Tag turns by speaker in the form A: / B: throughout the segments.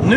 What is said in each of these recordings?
A: Nu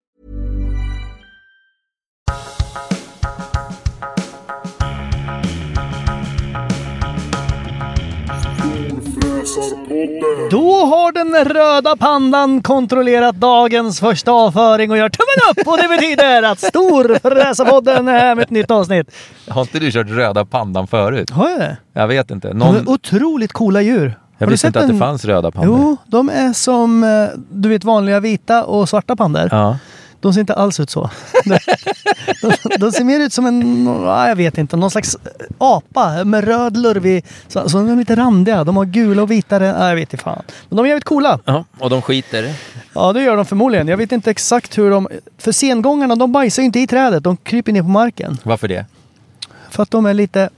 A: Då har den röda pandan kontrollerat dagens första avföring och gör tummen upp och det betyder att Storfräsarpodden är här med ett nytt avsnitt.
B: Har inte du kört röda pandan förut?
A: Har jag det?
B: Jag vet inte.
A: De
B: Någon...
A: är otroligt coola djur.
B: Jag
A: uh, Har du
B: visste inte
A: sett
B: att det
A: en-
B: fanns röda pandor.
A: Jo, de är som eh, du vet vanliga vita och svarta pandor.
B: Ja.
A: De ser inte alls ut så. De, de ser mer ut som en, ja, jag vet inte, någon slags eh, apa med röd lurvig... Så, så de är lite randiga. De har gula och vita... Ja, jag vet inte fan. Men de är jävligt coola.
B: ja. Och de skiter.
A: Ja, det gör de förmodligen. Jag vet inte exakt hur de... För sengångarna, de bajsar ju inte i trädet. De kryper ner på marken.
B: Varför det?
A: För att de är lite...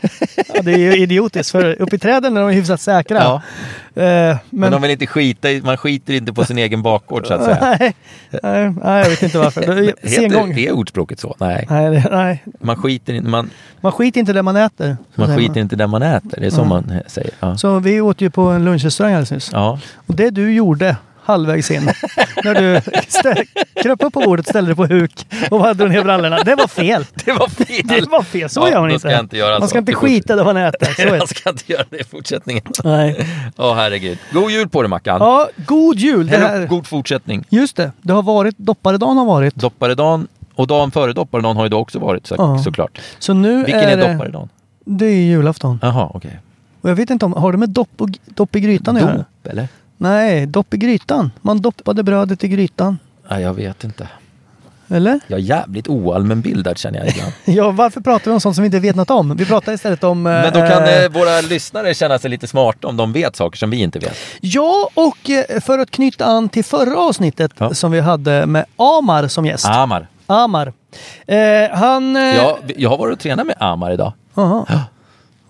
A: Ja, det är ju idiotiskt, för uppe i träden är de hyfsat säkra.
B: Ja.
A: Eh,
B: Men
A: men
B: de vill inte skita i, man skiter inte på sin egen bakgård så att säga.
A: Nej, nej, nej, jag vet inte varför. Det är- Sengång.
B: Heter, är ordspråket så? Nej.
A: Nej, det- nej,
B: Man skiter, in, man,
A: man skiter inte där man äter. så
B: man
A: säger
B: skiter inte där man äter. Det är så man eh, säger. Ja.
A: Så vi åt ju på en lunchrestaurang alldeles nyss.
B: Ja.
A: Och det du gjorde halvvägs in, när du stä- kröp upp på bordet, ställde dig på huk och bara drog ner brallorna. Det var fel.
B: Det var fel!
A: Det var fel. Så
B: Ja,
A: gör man
B: då
A: inte.
B: ska jag inte göra
A: man
B: så.
A: ska inte skita där man äter. Så är det.
B: Jag ska inte göra det i fortsättningen.
A: Nej.
B: Åh herregud. God jul på dig Mackan!
A: Ja, god jul. Det
B: Hej då.
A: här.
B: God fortsättning.
A: Just det, det har varit, dopparedagen har varit.
B: Dopparedagen och dagen före dopparedagen har ju då också varit så,
A: Ja.
B: såklart.
A: Så nu
B: Vilken
A: är,
B: är,
A: det-
B: dopparedagen?
A: Det är julafton.
B: Jaha, okej.
A: Och jag vet inte om, har det med dopp, och, dopp i grytan att göra?
B: Dop eller?
A: Nej, dopp i grytan. Man doppade brödet i grytan.
B: Nej, jag vet inte.
A: Eller?
B: Jag är jävligt oallmänbildad känner jag ibland.
A: Ja, varför pratar vi om sånt som vi inte vet något om? Vi pratar istället om... eh,
B: Men då kan
A: eh,
B: eh, våra lyssnare känna sig lite smarta om de vet saker som vi inte vet.
A: Ja, och eh, för att knyta an till förra avsnittet
B: Ja.
A: som vi hade med Amar som gäst.
B: Amar.
A: Amar. Eh, han... eh,
B: Jag, jag har varit och tränat med Amar idag.
A: aha.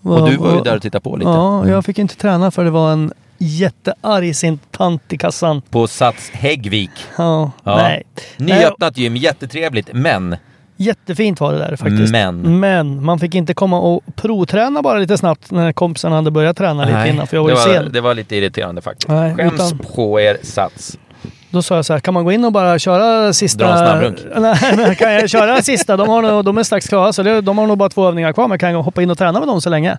B: Och du var ju där och tittade på lite.
A: Ja, jag fick inte träna för det var en jättearg sin tant i kassan.
B: På Sats Häggvik.
A: Ja,
B: Ja.
A: nej. nej.
B: Nyöppnat gym, jättetrevligt. Men
A: Jättefint var det där faktiskt.
B: Men.
A: Men man fick inte komma och provträna bara lite snabbt när kompisen hade börjat träna lite innan, för jag var ju
B: det, var,
A: sen.
B: det var lite irriterande faktiskt.
A: Nej,
B: Skäms
A: utan-
B: på er Sats.
A: Då sa jag så här, kan man gå in och bara köra sista...
B: Dra en snabbrunk.
A: Nej, men kan jag köra sista? De, har nog, de är strax klara, så det, de har nog bara två övningar kvar, men kan jag hoppa in och träna med dem så länge?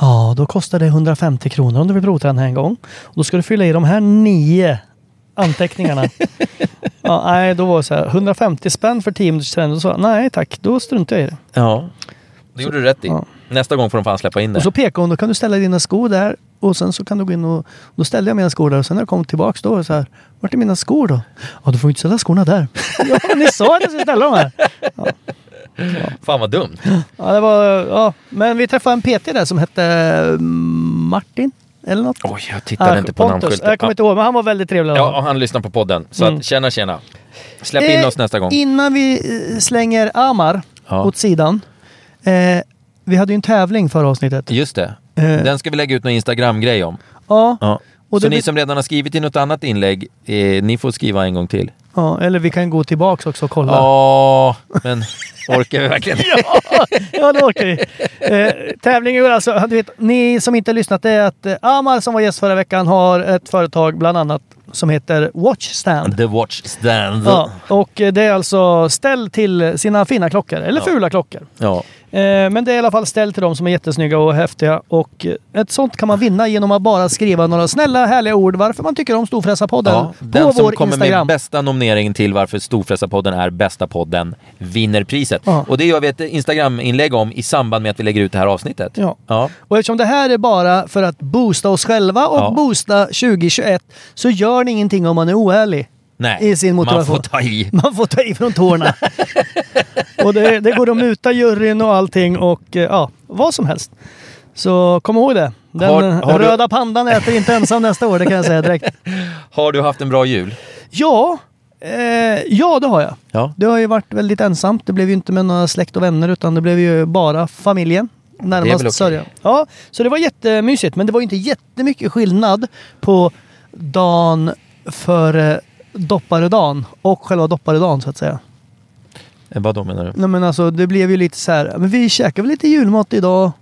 A: Ja, då kostar det 150 kronor om du vill provträna en gång. Och då ska du fylla i de här nio anteckningarna. ja, nej, då var det så här, 150 spänn för 10 minuters träning. Då sa jag, nej tack, då struntar jag i det.
B: Ja. Det gjorde du rätt i.
A: Ja.
B: Nästa gång får de fan släppa in det.
A: Och så pekade hon, då kan du ställa dina skor där och sen så kan du gå in och... Då ställde jag mina skor där och sen när jag kom tillbaks då var det så här, vart är mina skor då? Ja, du får ju inte ställa skorna där. ja, ni sa att jag skulle ställa dem här.
B: Fan vad dumt.
A: Ja, det var... Ja. Men vi träffade en PT där som hette eh, Martin, eller något.
B: Oj, jag tittade inte på
A: Pontus,
B: namnskylten.
A: jag kommer inte ihåg, Mm. men han var väldigt trevlig. i alla
B: Ja,
A: fall.
B: och han lyssnar på podden. Så att, tjena tjena. Släpp in
A: Eh,
B: oss nästa gång.
A: Innan vi eh, slänger Amar
B: Ja.
A: åt sidan. Eh, vi hade ju en tävling förra avsnittet.
B: Just det.
A: Eh.
B: Den ska vi lägga ut någon Instagram-grej om.
A: Ja.
B: Ja.
A: Och
B: så
A: det-
B: ni som redan har skrivit i något annat inlägg, eh, ni får skriva en gång till.
A: ja, eller vi kan gå tillbaks också och kolla.
B: Ja, men orkar vi verkligen?
A: Ja, det orkar vi. Eh, tävlingen går alltså, du vet, ni som inte har lyssnat, det är att eh, Amar som var gäst förra veckan har ett företag bland annat som heter Watchstand.
B: The watch stand.
A: Ja, och eh, det är alltså ställ till sina fina klockor, eller fula klockor.
B: Ja.
A: Eh, men det är i alla fall ställ till dem som är jättesnygga och häftiga. Och eh, ett sånt kan man vinna genom att bara skriva några snälla härliga ord varför man tycker om Storfräsarpodden
B: Ja,
A: på
B: den som
A: vår
B: kommer
A: Instagram.
B: med bästa nomineringen till varför Storfräsarpodden är bästa podden vinner priset.
A: Ja.
B: Och det gör vi ett Instagram-inlägg om i samband med att vi lägger ut det här avsnittet.
A: Ja.
B: Ja.
A: Och eftersom det här är bara för att boosta oss själva och
B: Ja.
A: boosta 2021 så gör det ingenting om man är oärlig.
B: Nej,
A: I sin
B: man
A: motivation.
B: får ta i.
A: Man får ta i från tårna. och det, det går att muta juryn och allting och eh, ja, vad som helst. Så kom ihåg det. Den
B: Har- har du-
A: röda pandan äter inte ensam nästa år, det kan jag säga direkt.
B: Har du haft en bra jul?
A: Ja, eh, ja det har jag.
B: Ja.
A: Det har ju varit väldigt ensamt. Det blev ju inte med några släkt och vänner utan det blev ju bara familjen.
B: Det är väl
A: Närmast
B: okej.
A: sörjan. Ja, så det var jättemysigt. Men det var ju inte jättemycket skillnad på dagen före dopparedagen och själva dopparedagen så att säga.
B: Eh, Vad då menar du?
A: Nej men alltså det blev ju lite så här, men vi käkar väl lite julmat idag.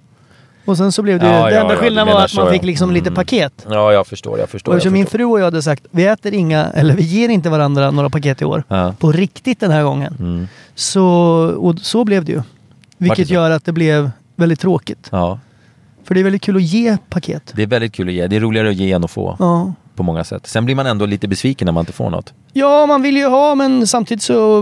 A: Och sen så blev det ju,
B: Ja,
A: den
B: ja,
A: enda
B: ja, du
A: skillnaden var
B: menar
A: att
B: så,
A: man
B: ja. Mm.
A: fick liksom lite paket.
B: Ja, jag förstår, jag förstår.
A: Och eftersom
B: jag
A: min
B: förstår.
A: fru och jag hade sagt vi äter inga, eller vi ger inte varandra några paket i år.
B: Ja. Mm.
A: På riktigt den här gången. Så, och så blev det ju.
B: det
A: Vilket
B: så?
A: gör att det blev väldigt tråkigt.
B: Ja,
A: För det är väldigt kul att ge paket.
B: det är väldigt kul att ge. Det är roligare att ge än att få.
A: Ja.
B: På många sätt. Sen blir man ändå lite besviken när man inte får något.
A: ja, man vill ju ha men samtidigt så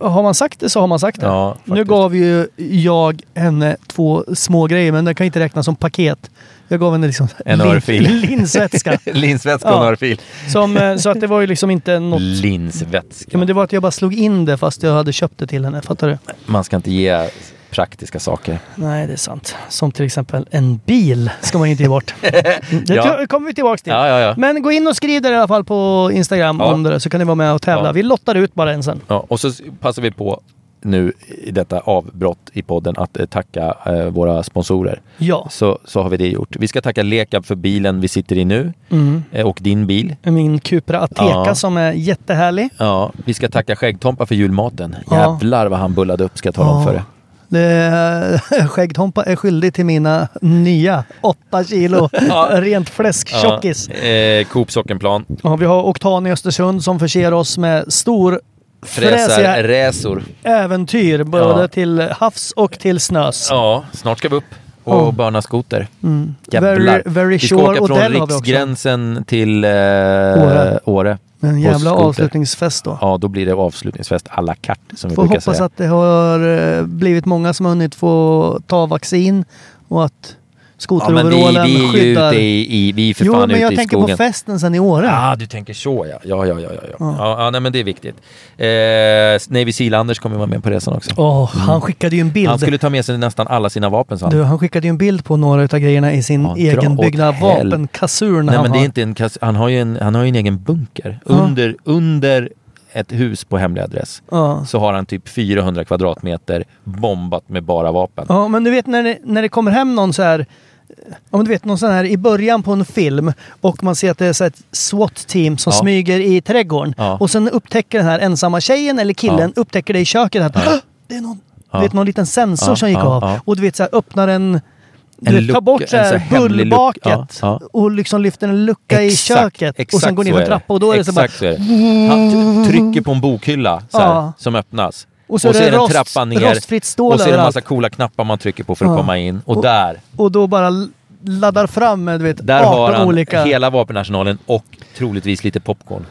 A: har man sagt det så har man sagt det.
B: Ja,
A: nu
B: faktiskt.
A: gav ju jag henne två små grejer men det kan inte räknas som paket. Jag gav henne liksom
B: En
A: lin-
B: örfil.
A: linsvätska.
B: Linsvätska
A: Ja.
B: och en örfil.
A: som, eh, så att det var ju liksom inte något...
B: Linsvätska.
A: Ja, men det var att jag bara slog in det fast jag hade köpt det till henne. Fattar du?
B: Man ska inte ge praktiska saker.
A: Nej, det är sant. Som till exempel en bil ska man ju inte ge bort. Det
B: Ja.
A: tror- kommer vi tillbaka till.
B: Ja, ja, ja.
A: Men gå in och skriv där i alla fall på Instagram
B: Ja.
A: om det där, så kan ni vara med och tävla.
B: Ja.
A: Vi lottar ut bara en sen.
B: Ja, och så s- passar vi på nu i detta avbrott i podden att eh, tacka eh, våra sponsorer.
A: Ja,
B: Så, så har vi det gjort. Vi ska tacka Lekab för bilen vi sitter i nu
A: Mm.
B: eh, och din bil.
A: min Cupra Ateca
B: Ja.
A: som är jättehärlig.
B: Ja, vi ska tacka Skäggtompa för julmaten.
A: Ja.
B: Jävlar vad han bullade upp ska jag tala om för det.
A: Det, Eh, skäggtompa är skyldig till mina nya åtta kilo rent fläsktjockis.
B: Ja, eh, Coop Sockenplan.
A: Ja, vi har Oktan i Östersund som förser oss med stor
B: Fräsar,
A: fräsiga
B: räsor.
A: äventyr både
B: Ja.
A: till havs och till snös.
B: Ja, snart ska vi upp och
A: Ja. Mm.
B: börna skoter. Jävlar.
A: Very, very
B: vi ska
A: sure
B: åka från
A: Odell har vi också.
B: riksgränsen till eh,
A: Åre.
B: Åre.
A: En
B: på
A: jävla
B: skoter.
A: avslutningsfest då.
B: Ja, då blir det avslutningsfest à la carte som vi
A: Får
B: brukar
A: hoppas
B: säga.
A: att det har eh, blivit många som har hunnit få ta vaccin och att
B: Ja, men vi,
A: skoteroverallen
B: vi är ju
A: skyddar.
B: ute i, i, vi är för
A: jo,
B: fan
A: men jag
B: ute i
A: tänker
B: skogen.
A: på festen sen i Åre.
B: Ja, ah, du tänker så ja. Ja, ja, ja, ja. ja. ja, ja nej, men det är viktigt. Eh, Navy Seal-Anders kommer vara med på resan också.
A: Åh, han skickade ju en bild.
B: Mm. Han skulle ta med sig nästan alla sina vapen, sa han.
A: du, han skickade ju en bild på några utav grejerna i sin
B: Ja, dra
A: egenbyggda
B: åt hel-
A: vapenkasurn
B: Nej,
A: han
B: men det är
A: har.
B: inte en kas- han, har ju en, han har ju en egen bunker. Under, under ett hus på hemlig adress
A: Ja.
B: så har han typ 400 kvadratmeter bombat med bara vapen.
A: Ja, men du vet när det, när det kommer hem någon så här Ja, men du vet någon sån här i början på en film och man ser att det är så här ett SWAT-team som
B: Ja.
A: smyger i trädgården.
B: Ja.
A: Och sen upptäcker den här ensamma tjejen eller killen, upptäcker det i köket att "Hå! det är någon, du vet, någon liten sensor
B: Ja,
A: som gick
B: ja,
A: av.
B: ja.
A: Och du vet så här öppnar en... Du vet,
B: En
A: tar
B: lucka,
A: bort så
B: en så
A: här
B: här hemlig lucka.
A: bullbaket
B: Ja, ja.
A: och liksom lyfter en lucka i köket. Och sen går ner
B: så
A: för
B: är det.
A: trappa och då är det så
B: exakt
A: bara...
B: så är det. Han t- trycker på en bokhylla så här,
A: Ja.
B: som öppnas.
A: Och så är det rost- rostfritt stål
B: och så är det en massa
A: överallt.
B: coola knappar man trycker på för
A: Ja.
B: att komma in. Och, där,
A: Och då bara laddar fram med du vet,
B: där
A: 18
B: har han
A: olika...
B: hela vapenarsenalen och troligtvis lite popcorn.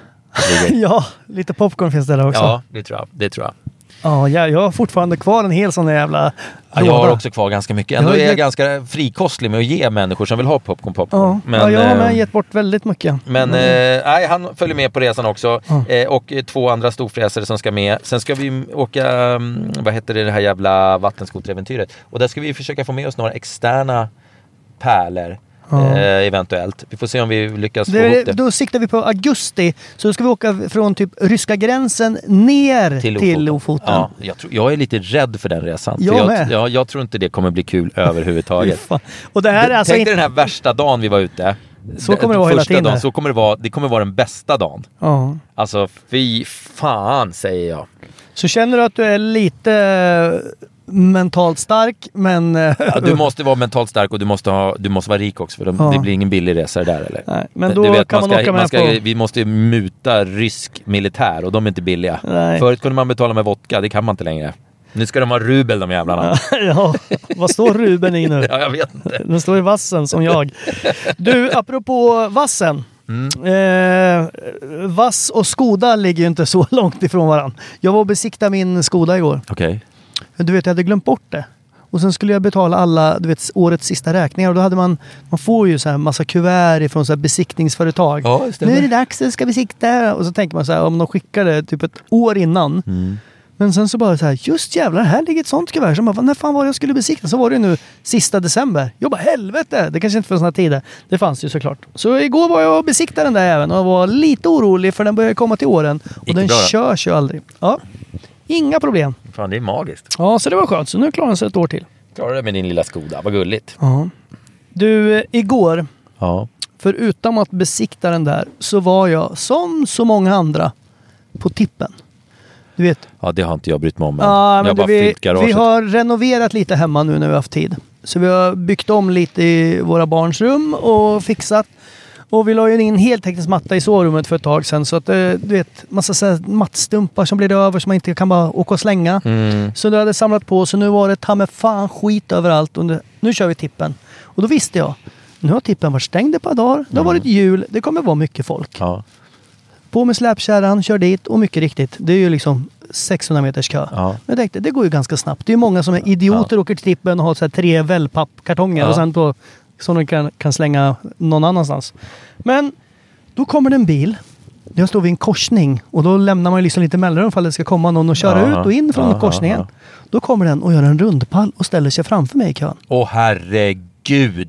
A: Ja, lite popcorn finns det där också.
B: Ja, det tror jag. Det tror jag.
A: Ja, jag, jag har fortfarande kvar en hel sån där jävla
B: Ja, jag har
A: låda.
B: också kvar ganska mycket. Ändå
A: Ja,
B: är jag
A: jag-
B: ganska frikostlig med att ge människor som vill ha popcorn popcorn.
A: Ja, ja, jag har
B: eh,
A: med gett bort väldigt mycket.
B: Men eh, nej, han följer med på resan också.
A: Mm. Ja.
B: Eh, och eh, två andra storfräsare som ska med. Sen ska vi mm, åka, mm, vad heter det, det här jävla vattenskoteräventyret. Och där ska vi försöka få med oss några externa pärlor.
A: Ja.
B: Eh, eventuellt. Vi får se om vi lyckas få
A: Det,
B: ihop det.
A: då siktar vi på augusti, så då ska vi åka från typ ryska gränsen ner till, Ofoten.
B: Ja, jag, tror, jag är lite rädd för den resan.
A: Jag
B: för jag,
A: med.
B: ja, jag tror inte det kommer bli kul
A: Fy
B: överhuvudtaget.
A: fan. Och det här är alltså
B: Tänk dig
A: inte...
B: den här värsta dagen vi var ute.
A: Så kommer det vara
B: Första
A: hela tiden.
B: Dagen, så kommer det, vara, det kommer vara den bästa dagen.
A: Ja.
B: Alltså fy fan säger jag.
A: Så känner du att du är lite eh, mentalt stark, men... eh,
B: Ja, du måste vara mentalt stark och du måste, ha, du måste vara rik också för de,
A: Ja.
B: det blir ingen billig resa det där eller?
A: Nej, men
B: Du
A: då
B: vet,
A: kan man,
B: ska,
A: åka med
B: ska,
A: på...
B: Vi måste muta rysk militär och de är inte billiga.
A: Nej.
B: Förut kunde man betala med vodka, det kan man inte längre. Nu ska de ha rubel de jävlarna.
A: ja, vad står Ruben i nu?
B: Ja, jag vet inte.
A: Den står i vassen som jag. Du, apropå vassen.
B: Mm.
A: Eh, vass och Skoda ligger ju inte så långt ifrån varandra. Jag var och besiktade min Skoda igår.
B: Okej.
A: Men Du vet, jag hade glömt bort det. Och sen skulle jag betala alla du vet, årets sista räkningar och då hade man, man får ju så här massa kuvert från så här besiktningsföretag.
B: Ja, det stämmer.
A: nu är det dags, jag ska besikta. Och så tänker man så här, om de skickar det typ ett år innan.
B: Mm.
A: Men sen så bara så här, just jävlar, här ligger ett sånt kuvert. Så man bara, när fan var det jag skulle besikta? Så var det ju nu sista december. Jag bara, helvete! Det kanske inte fanns några tider. Det fanns ju såklart. Så igår var jag och besiktade den där även och var lite orolig för den börjar komma till åren. Och
B: Gick det
A: den
B: bra då?
A: körs ju aldrig. Ja. Inga problem.
B: Fan, det är magiskt.
A: Ja, så det var skönt. Så nu klarar den sig ett år till.
B: Klarar det med din lilla Skoda, vad gulligt.
A: Ja. Du, eh, igår,
B: Ja.
A: förutom att besikta den där, så var jag som så många andra på tippen. Du vet,
B: Ja, det har inte jag brytt mig om än.
A: Ja,
B: jag har
A: men
B: bara
A: du, vi,
B: fyllt garaget.
A: vi har renoverat lite hemma nu när vi har haft tid. Så vi har byggt om lite i våra barns rum och fixat. Och vi la ju in heltäckningsmatta i sovrummet för ett tag sedan. Så att eh, du vet, massa så här mattstumpar som blir över som man inte kan bara åka och slänga.
B: Mm.
A: Så det hade samlat på så nu var det ta mig fan skit överallt. Och nu- nu kör vi tippen. Och då visste jag. Nu har tippen varit stängd ett par dagar.
B: Mm.
A: Det har varit jul. Det kommer vara mycket folk.
B: Ja,
A: På med släpkärran, kör dit och mycket riktigt, det är ju liksom 600 meters kö.
B: Ja.
A: Men jag tänkte, det går ju ganska snabbt. Det är ju många som är idioter åker till tippen och har så här tre wellpappkartonger
B: Ja.
A: och sen då, som de kan, kan slänga någon annanstans. Men då kommer det en bil. Jag står vid en korsning och då lämnar man ju liksom lite mellanrum ifall det ska komma någon och köra
B: Ja,
A: ut och in från
B: ja,
A: korsningen.
B: ja,
A: Då kommer den och gör en rundpall och ställer sig framför mig i kön.
B: Åh herregud!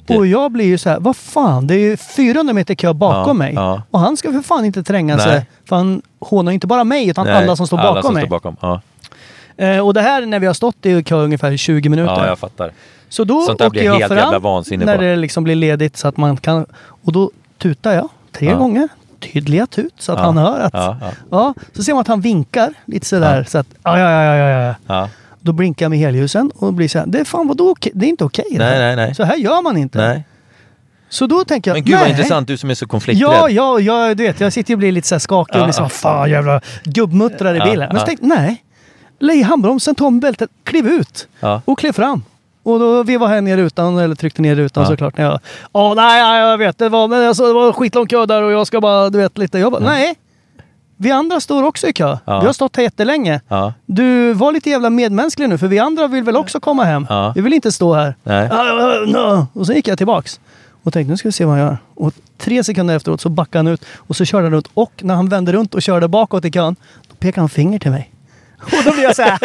A: Och jag blir ju så här, vad fan, det är ju 400 meter kö bakom
B: Ja,
A: mig.
B: ja.
A: Och han ska för fan inte tränga
B: Nej.
A: sig. För han hånar ju inte bara mig, utan
B: Nej,
A: alla som står bakom
B: alla som
A: mig.
B: Står bakom. Ja.
A: Eh, och det här är när vi har stått i kö ungefär 20 minuter.
B: ja, jag fattar.
A: Så då
B: Sånt där
A: åker
B: blir
A: jag
B: helt jävla
A: fram
B: vansinne
A: när
B: på.
A: det liksom blir ledigt så att man kan... Och då tutar jag tre
B: Ja.
A: gånger. Tydliga tut så att
B: Ja,
A: han hör att...
B: ja, ja.
A: så ser man att han vinkar lite sådär så att... Ja, ja, ja, ja, ja.
B: Ja.
A: Då blinkar jag med helljusen och blir såhär, det är fan vadå, okej? det är inte okej. det här.
B: Nej, nej, nej.
A: Så här gör man inte.
B: Nej.
A: Så då tänker jag,
B: Men gud vad
A: nej.
B: intressant, du som är så konflikträdd.
A: Ja, ja, ja, du vet, jag sitter ju och blir lite så här skakig
B: Ja,
A: och blir så
B: ja.
A: här, fan jävla gubbmuttrar i
B: Ja,
A: bilen. Men
B: ja.
A: så tänkte jag, nej. Lägg i handbromsen, ta om bältet, kliv ut
B: Ja.
A: och kliv fram. Och då vevade jag ner rutan, eller tryckte ner rutan
B: Ja.
A: såklart. När jag, ja, nej, nej, jag vet, det var, men alltså, det var skitlång kö där och jag ska bara, du vet, lite. Jag bara, nej. Vi andra står också i kö.
B: Ja.
A: Vi har stått här jättelänge.
B: Ja.
A: Du, var lite jävla medmänsklig nu, för vi andra vill väl också komma hem?
B: Ja.
A: Vi vill inte stå här.
B: Nej.
A: Ah, ah, no. Och sen gick jag tillbaks och tänkte nu ska vi se vad han gör. Och tre sekunder efteråt så backade han ut och så körde han runt. Och när han vände runt och körde bakåt i kön, då pekade han finger till mig. Och då blev jag så här.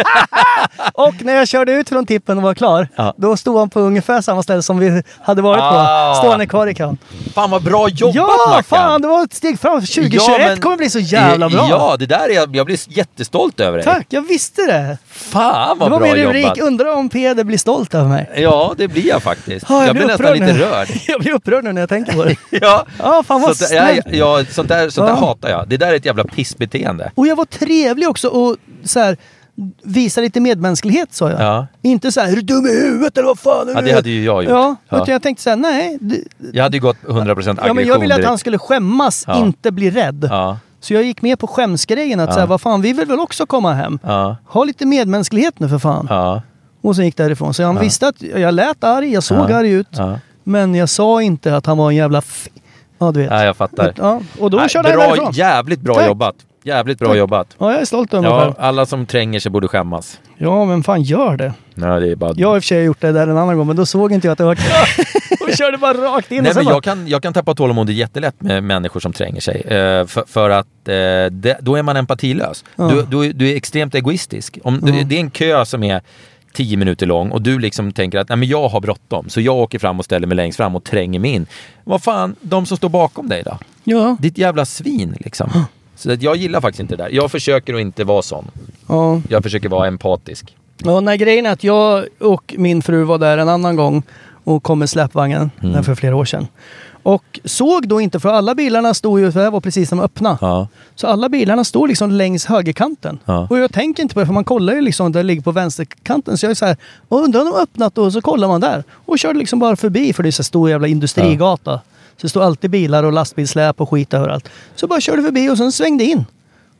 A: och när jag körde ut från tippen och var klar,
B: Ja.
A: då stod han på ungefär samma ställe som vi hade varit
B: Ah.
A: på. Står han kvar i kön.
B: Fan vad bra jobbat
A: Ja,
B: Mackan!
A: fan! Det var ett steg fram. 2021
B: men-
A: kommer bli så jävla bra.
B: Ja, det där är jag, jag blir jättestolt över dig.
A: Tack, jag visste det.
B: Fan vad
A: det var
B: bra
A: min rubrik.
B: jobbat!
A: Undrar om Peder blir stolt över mig.
B: Ja, det blir jag faktiskt.
A: Ja,
B: jag blir nästan
A: upprörd
B: lite
A: nu.
B: rörd.
A: jag blir upprörd nu när jag tänker på det.
B: Ja,
A: Ja, fan vad
B: sånt, där, ja,
A: snällt.
B: ja, sånt, där, sånt där
A: Ja.
B: hatar jag. Det där är ett jävla pissbeteende.
A: Och jag var trevlig också och så här, visa lite medmänsklighet sa jag.
B: Ja.
A: Inte så här, är du dum i huvudet eller vad fan är
B: Ja,
A: du?"
B: det hade ju jag gjort.
A: Ja,
B: Ja.
A: utan jag tänkte så här, nej. Det,
B: Jag hade ju gått 100% aggression
A: ja, men jag ville att
B: direkt.
A: han skulle skämmas,
B: Ja.
A: inte bli rädd.
B: Ja,
A: Så jag gick med på skämsgrejen att
B: Ja.
A: så här, vad fan, vi vill väl också komma hem.
B: ja,
A: Ha lite medmänsklighet nu för fan.
B: ja,
A: Och sen gick därifrån. Så han visste att jag lät arg, jag såg
B: Ja.
A: arg ut.
B: ja.
A: Men jag sa inte att han var en jävla f... Ja, du vet.
B: ja jag fattar.
A: ja, och då
B: Nej,
A: körde han
B: bra,
A: därifrån.
B: Jävligt bra
A: Tack.
B: jobbat. Jävligt bra jobbat.
A: Ja, jag är stolt över mig
B: Ja,
A: själv.
B: alla som tränger sig borde skämmas.
A: Ja, vem fan gör det?
B: Nej, det är bara...
A: Jag har i och för sig gjort det där en annan gång, men då såg inte jag att det var Och körde bara rakt in.
B: Nej,
A: och sen
B: men
A: bara,
B: jag, kan, jag kan tappa tålamodet jättelätt med människor som tränger sig. Eh, för, för att eh, det, då är man empatilös. Du, du, du är extremt egoistisk. Om, du, Det är en kö som är tio minuter lång och du liksom tänker att Nej, men jag har bråttom så jag åker fram och ställer mig längst fram och tränger mig in. Vad fan, de som står bakom dig då?
A: Ja,
B: Ditt jävla svin liksom. Så att jag gillar faktiskt inte det där. Jag försöker att inte vara sån.
A: ja.
B: Jag försöker vara empatisk.
A: Ja, nej, grejen är att jag och min fru var där en annan gång och kom med släpvagnen mm. för flera år sedan. Och såg då inte, för alla bilarna stod ju, för det här var precis som öppna.
B: Ja.
A: Så alla bilarna står liksom längs högerkanten.
B: Ja.
A: Och jag tänker inte på det, för man kollar ju liksom där det ligger på vänsterkanten. Så jag är så här, "Åh, undrar om de har öppnat då? Så kollar man där. Och körde liksom bara förbi, för det är så här stor jävla industrigata. Så det står alltid bilar och lastbilssläp och skit överallt. Så bara körde förbi och sen svängde in.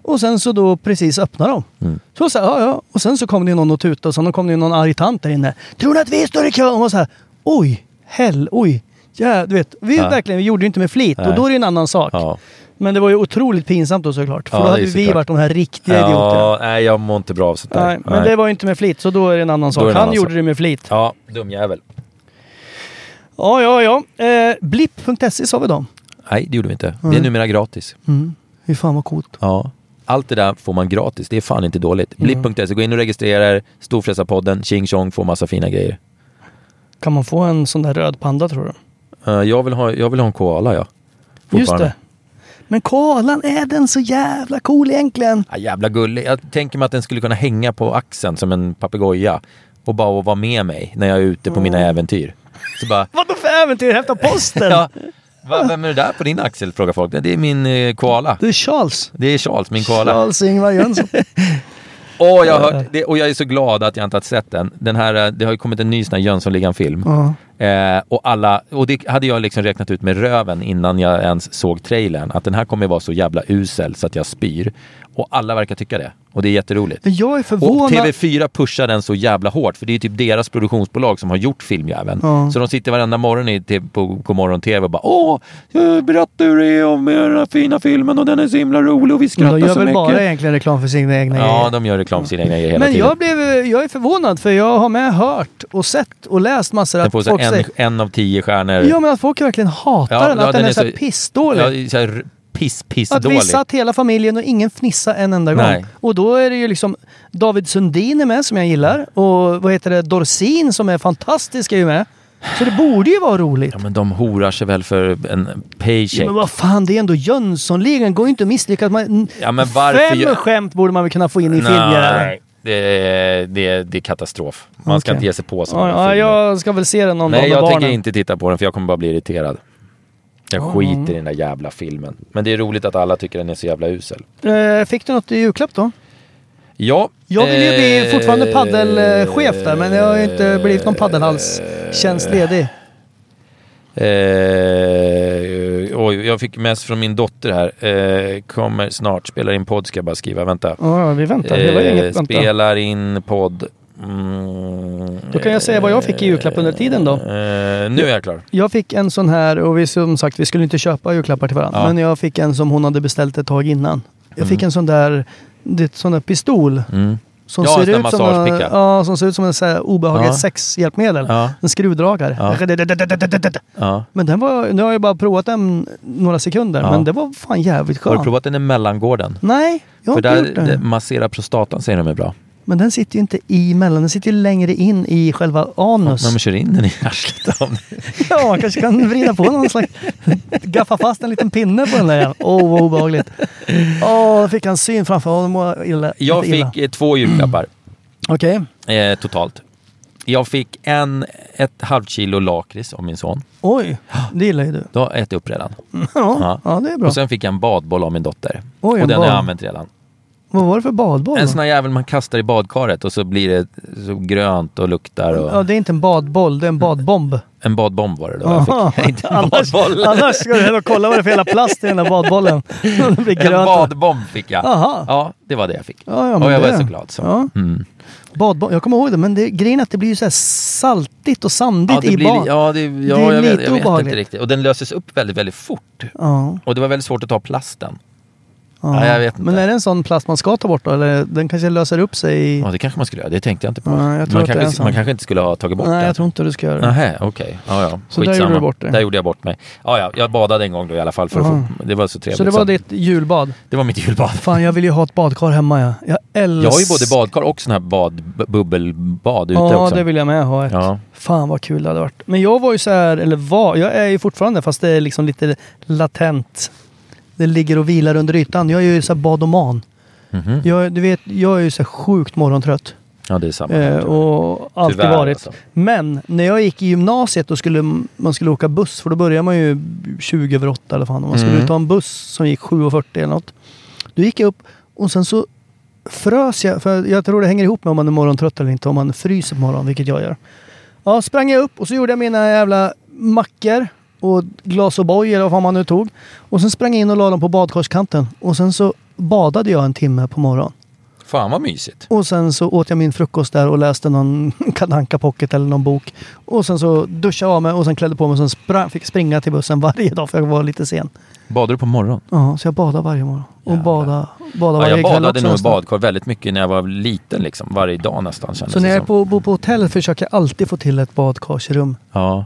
A: Och sen så då precis öppnade de.
B: Mm.
A: Så så här, ja ja. Och sen så kom det ju någon och tutade och sen kom det ju någon arg tant där inne. Tror ni att vi står i kö? Och så här, oj, hell, oj. Ja, du vet, vi,
B: Ja.
A: verkligen, vi gjorde ju inte med flit och
B: Nej.
A: då är det ju en annan sak.
B: Ja.
A: Men det var ju otroligt pinsamt då såklart. För
B: Ja,
A: då
B: det
A: hade
B: är
A: vi
B: såklart.
A: varit de här riktiga idioterna.
B: ja, nej jag mår inte bra av sånt där.
A: Nej, men det var ju inte med flit, så då är det en annan
B: är
A: sak.
B: det en
A: Han
B: annan
A: gjorde
B: sak.
A: det med flit.
B: Ja, dum jävel.
A: Ja, ja, ja. Eh, Blipp.se sa vi då.
B: Nej, det gjorde vi inte. Det är numera gratis.
A: Mm. Hur fan vad coolt.
B: Ja. Allt det där får man gratis. Det är fan inte dåligt. Blipp.se, gå in och registrera er. Storfräsarpodden, tjing tjong, får massa fina grejer.
A: Kan man få en sån där röd panda tror du?
B: Eh, jag, vill ha, jag vill ha en koala, ja.
A: Just
B: Fortfarande.
A: det. Men koalan, är den så jävla cool egentligen?
B: Ja, jävla gullig. Jag tänker mig att den skulle kunna hänga på axeln som en papegoja och bara vara med mig när jag är ute på mina äventyr. Så bara,
A: Mm. Vadå för äventyr? Hämta posten?
B: ja, va, vem är det där på din axel? frågar folk. Det är min eh, koala.
A: Du Charles.
B: Det är Charles, min koala.
A: Charles Ingvar Jönsson.
B: Åh, jag har hört det, och jag är så glad att jag inte har sett den. den här, eh, det har ju kommit en ny sån här Jönssonligan-film. Eh, och, alla, och det hade jag liksom räknat ut med röven innan jag ens såg trailern. Att den här kommer vara så jävla usel så att jag spyr. Och alla verkar tycka det. Och det är jätteroligt.
A: Men jag är
B: Och
A: förvånad.
B: TV4 pushar den så jävla hårt, för det är ju typ deras produktionsbolag som har gjort filmjäveln. Så de sitter varenda morgon i TV, på Godmorgon-TV och bara Åh, eh, berätta hur det är om den här fina filmen och den är så himla rolig och vi
A: Men de
B: skrattar
A: gör
B: så
A: väl
B: mycket.
A: bara egentligen reklam för sina egna
B: Ja,
A: grejer.
B: de gör reklam för sina grejer hela
A: Men
B: tiden.
A: jag, blev, jag är förvånad för jag har med hört och sett och läst massor
B: Den
A: att
B: får så
A: folk
B: här en,
A: säger...
B: en av tio stjärnor.
A: Ja men att folk verkligen hatar
B: Ja,
A: den,
B: ja,
A: att den, är, så här pissdålig.
B: Ja, så här r- piss, piss
A: Att
B: dålig.
A: vi satt hela familjen och ingen fnissa en enda gång.
B: Nej.
A: Och då är det ju liksom David Sundin är med som jag gillar och vad heter det, Dorsin som är fantastisk är ju med. Så det borde ju vara roligt.
B: Ja, men de horar sig väl för en paycheck.
A: Ja, men vad fan, det är ändå Jönssonligan, går ju inte att misslyckas. Man,
B: Ja, men varför
A: Fem
B: gör-
A: skämt borde man väl kunna få in i filmjäveln.
B: Nej, det, är- det, är- det är katastrof. Man ska
A: Okej.
B: inte ge sig på sådana
A: Ja, ja,
B: filmer.
A: jag ska väl se den någon
B: Nej,
A: dag med
B: jag tänker
A: barnen.
B: inte titta på den för jag kommer bara bli irriterad. Jag skiter i den där jävla filmen. Men det är roligt att alla tycker den är så jävla usel.
A: Eh, fick du något i julklapp då?
B: Ja,
A: Jag vill ju bli
B: eh,
A: fortfarande paddelchef där, men jag har ju inte blivit någon paddelhalstjänst ledig.
B: Eh, oj, jag fick mest från min dotter här. Eh, kommer snart, spelar in podd ska jag bara skriva, vänta. Eh,
A: Ja, ja, vi väntar. Det var ju inget vänta.
B: spelar in podd. Mm,
A: Då kan jag säga vad jag fick i julklapp under tiden då.
B: Eh, nu är jag klar.
A: Jag fick en sån här och vi som sagt, vi skulle inte köpa julklappar till varandra.
B: Ja. Mm.
A: Men jag fick en som hon hade beställt ett tag innan. Jag fick en sån där, det är sån där pistol. Som,
B: Ja, en
A: ser
B: sån
A: ut
B: där
A: som en,
B: massagepicka.
A: ja, som ser ut som en så här obehagligt
B: Ja.
A: sexhjälpmedel.
B: Ja.
A: En skruvdragare.
B: Ja.
A: Men den var, nu har jag bara provat den några sekunder,
B: Ja.
A: men det var fan jävligt
B: Har du
A: skön.
B: provat den i mellangården?
A: Nej, jag har
B: För
A: inte gjort
B: där
A: det.
B: det- massera prostatan säger de är bra.
A: Men den sitter ju inte i mellan, den sitter ju längre in i själva anus.
B: När man kör in den i arslet. av-
A: Ja, man kanske kan vrida på någon slags... Gaffa fast en liten pinne på den där jäveln. Åh, vad obehagligt. Åh, då fick han syn framför honom. Mår illa.
B: Jag
A: lite illa.
B: fick eh, två julklappar
A: Okej.
B: eh, totalt. Jag fick en, ett halvt kilo lakrits av min son.
A: Oj, det gillar ju du.
B: Då har jag ätit upp redan.
A: Ja, ja det är bra.
B: Och sen fick jag en badboll av min dotter.
A: Oj, en
B: och den har jag
A: bad.
B: använt redan.
A: Vad var det för badboll?
B: En
A: då?
B: sån här jävel man kastar i badkaret och så blir det så grönt och luktar. Och...
A: Ja, det är inte en badboll, det är en badbomb.
B: En badbomb var det då
A: Aha.
B: Mm. jag fick. Inte en
A: Annars,
B: badboll.
A: annars ska du hellre kolla vad det är för hela plast i den där badbollen. Den blir
B: En
A: grön.
B: badbomb fick jag.
A: Aha.
B: Ja, det var det jag fick.
A: Ja, ja, men
B: och jag
A: det-
B: var så glad. Så.
A: Ja.
B: Mm.
A: Badboll, jag kommer ihåg det, men det, grejen är att det blir ju så här saltigt och sandigt
B: Ja, det
A: i
B: blir,
A: bad.
B: ja, det, ja,
A: Det är
B: jag, vet,
A: lite
B: jag vet
A: obehagligt.
B: inte riktigt. Och den löses upp väldigt, väldigt fort.
A: Ja.
B: Och det var väldigt svårt att ta plasten. Ja, jag vet inte.
A: Men är det en sån plast man ska ta bort då? Eller den kanske löser upp sig? i-
B: Ja, det kanske man skulle göra. Det tänkte jag inte på.
A: Nej, jag tror att det är
B: man,
A: en
B: kanske,
A: sån.
B: man kanske inte skulle ha tagit bort
A: Nej,
B: den.
A: jag tror inte du ska göra det.
B: Nähä, okej. Ja, ja.
A: Så där
B: Skitsamma.
A: gjorde du bort det.
B: Där gjorde jag bort mig. Ja, ja. Jag badade en gång då i alla fall. För
A: Ja.
B: att få, det var så trevligt.
A: Så det var ditt julbad?
B: det var mitt julbad.
A: Fan, jag vill ju ha ett badkar hemma. Jag, jag älskar...
B: Jag har ju både badkar och sån här bad, bu- bubbelbad ute
A: Ja,
B: också.
A: det vill jag med ha. Ett.
B: Ja.
A: Fan vad kul det hade varit. Men jag var ju så här, eller var, jag är ju fortfarande fast det är liksom lite latent. Det ligger och vilar under ytan. Jag är ju så här badoman.
B: Mhm.
A: Jag, du vet, jag är ju så här sjukt morgontrött.
B: ja, det är samma.
A: Eh, och alltid
B: Tyvärr,
A: varit.
B: alltså.
A: Men när jag gick i gymnasiet och skulle man skulle åka buss, för då börjar man ju 20 över 8 eller fan. Och man skulle
B: Mm.
A: ta en buss som gick 7.40 eller något. Då gick jag upp och sen så frös jag. För jag tror det hänger ihop med om man är morgontrött eller inte. Om man fryser på morgonen, vilket jag gör. Ja, sprang jag upp och så gjorde jag mina jävla mackor och glas och boj eller vad fan man nu tog. Och sen sprang jag in och la dem på badkarskanten. Och sen så badade jag en timme på morgonen.
B: Fan vad mysigt.
A: Och sen så åt jag min frukost där och läste någon Kadanka Pocket eller någon bok. Och sen så duschade jag av mig och sen klädde på mig och sen sprang, fick springa till bussen varje dag för jag var lite sen.
B: Badade du på morgonen?
A: Ja, så jag badade varje morgon. Och badade, badade
B: Ja,
A: varje
B: jag
A: kväll
B: badade
A: också
B: nog i
A: nästan.
B: badkar väldigt mycket när jag var liten. Liksom. Varje dag nästan kändes
A: Så när
B: det
A: jag är
B: som.
A: på, bor på hotell försöker jag alltid få till ett badkarsrum.
B: Ja.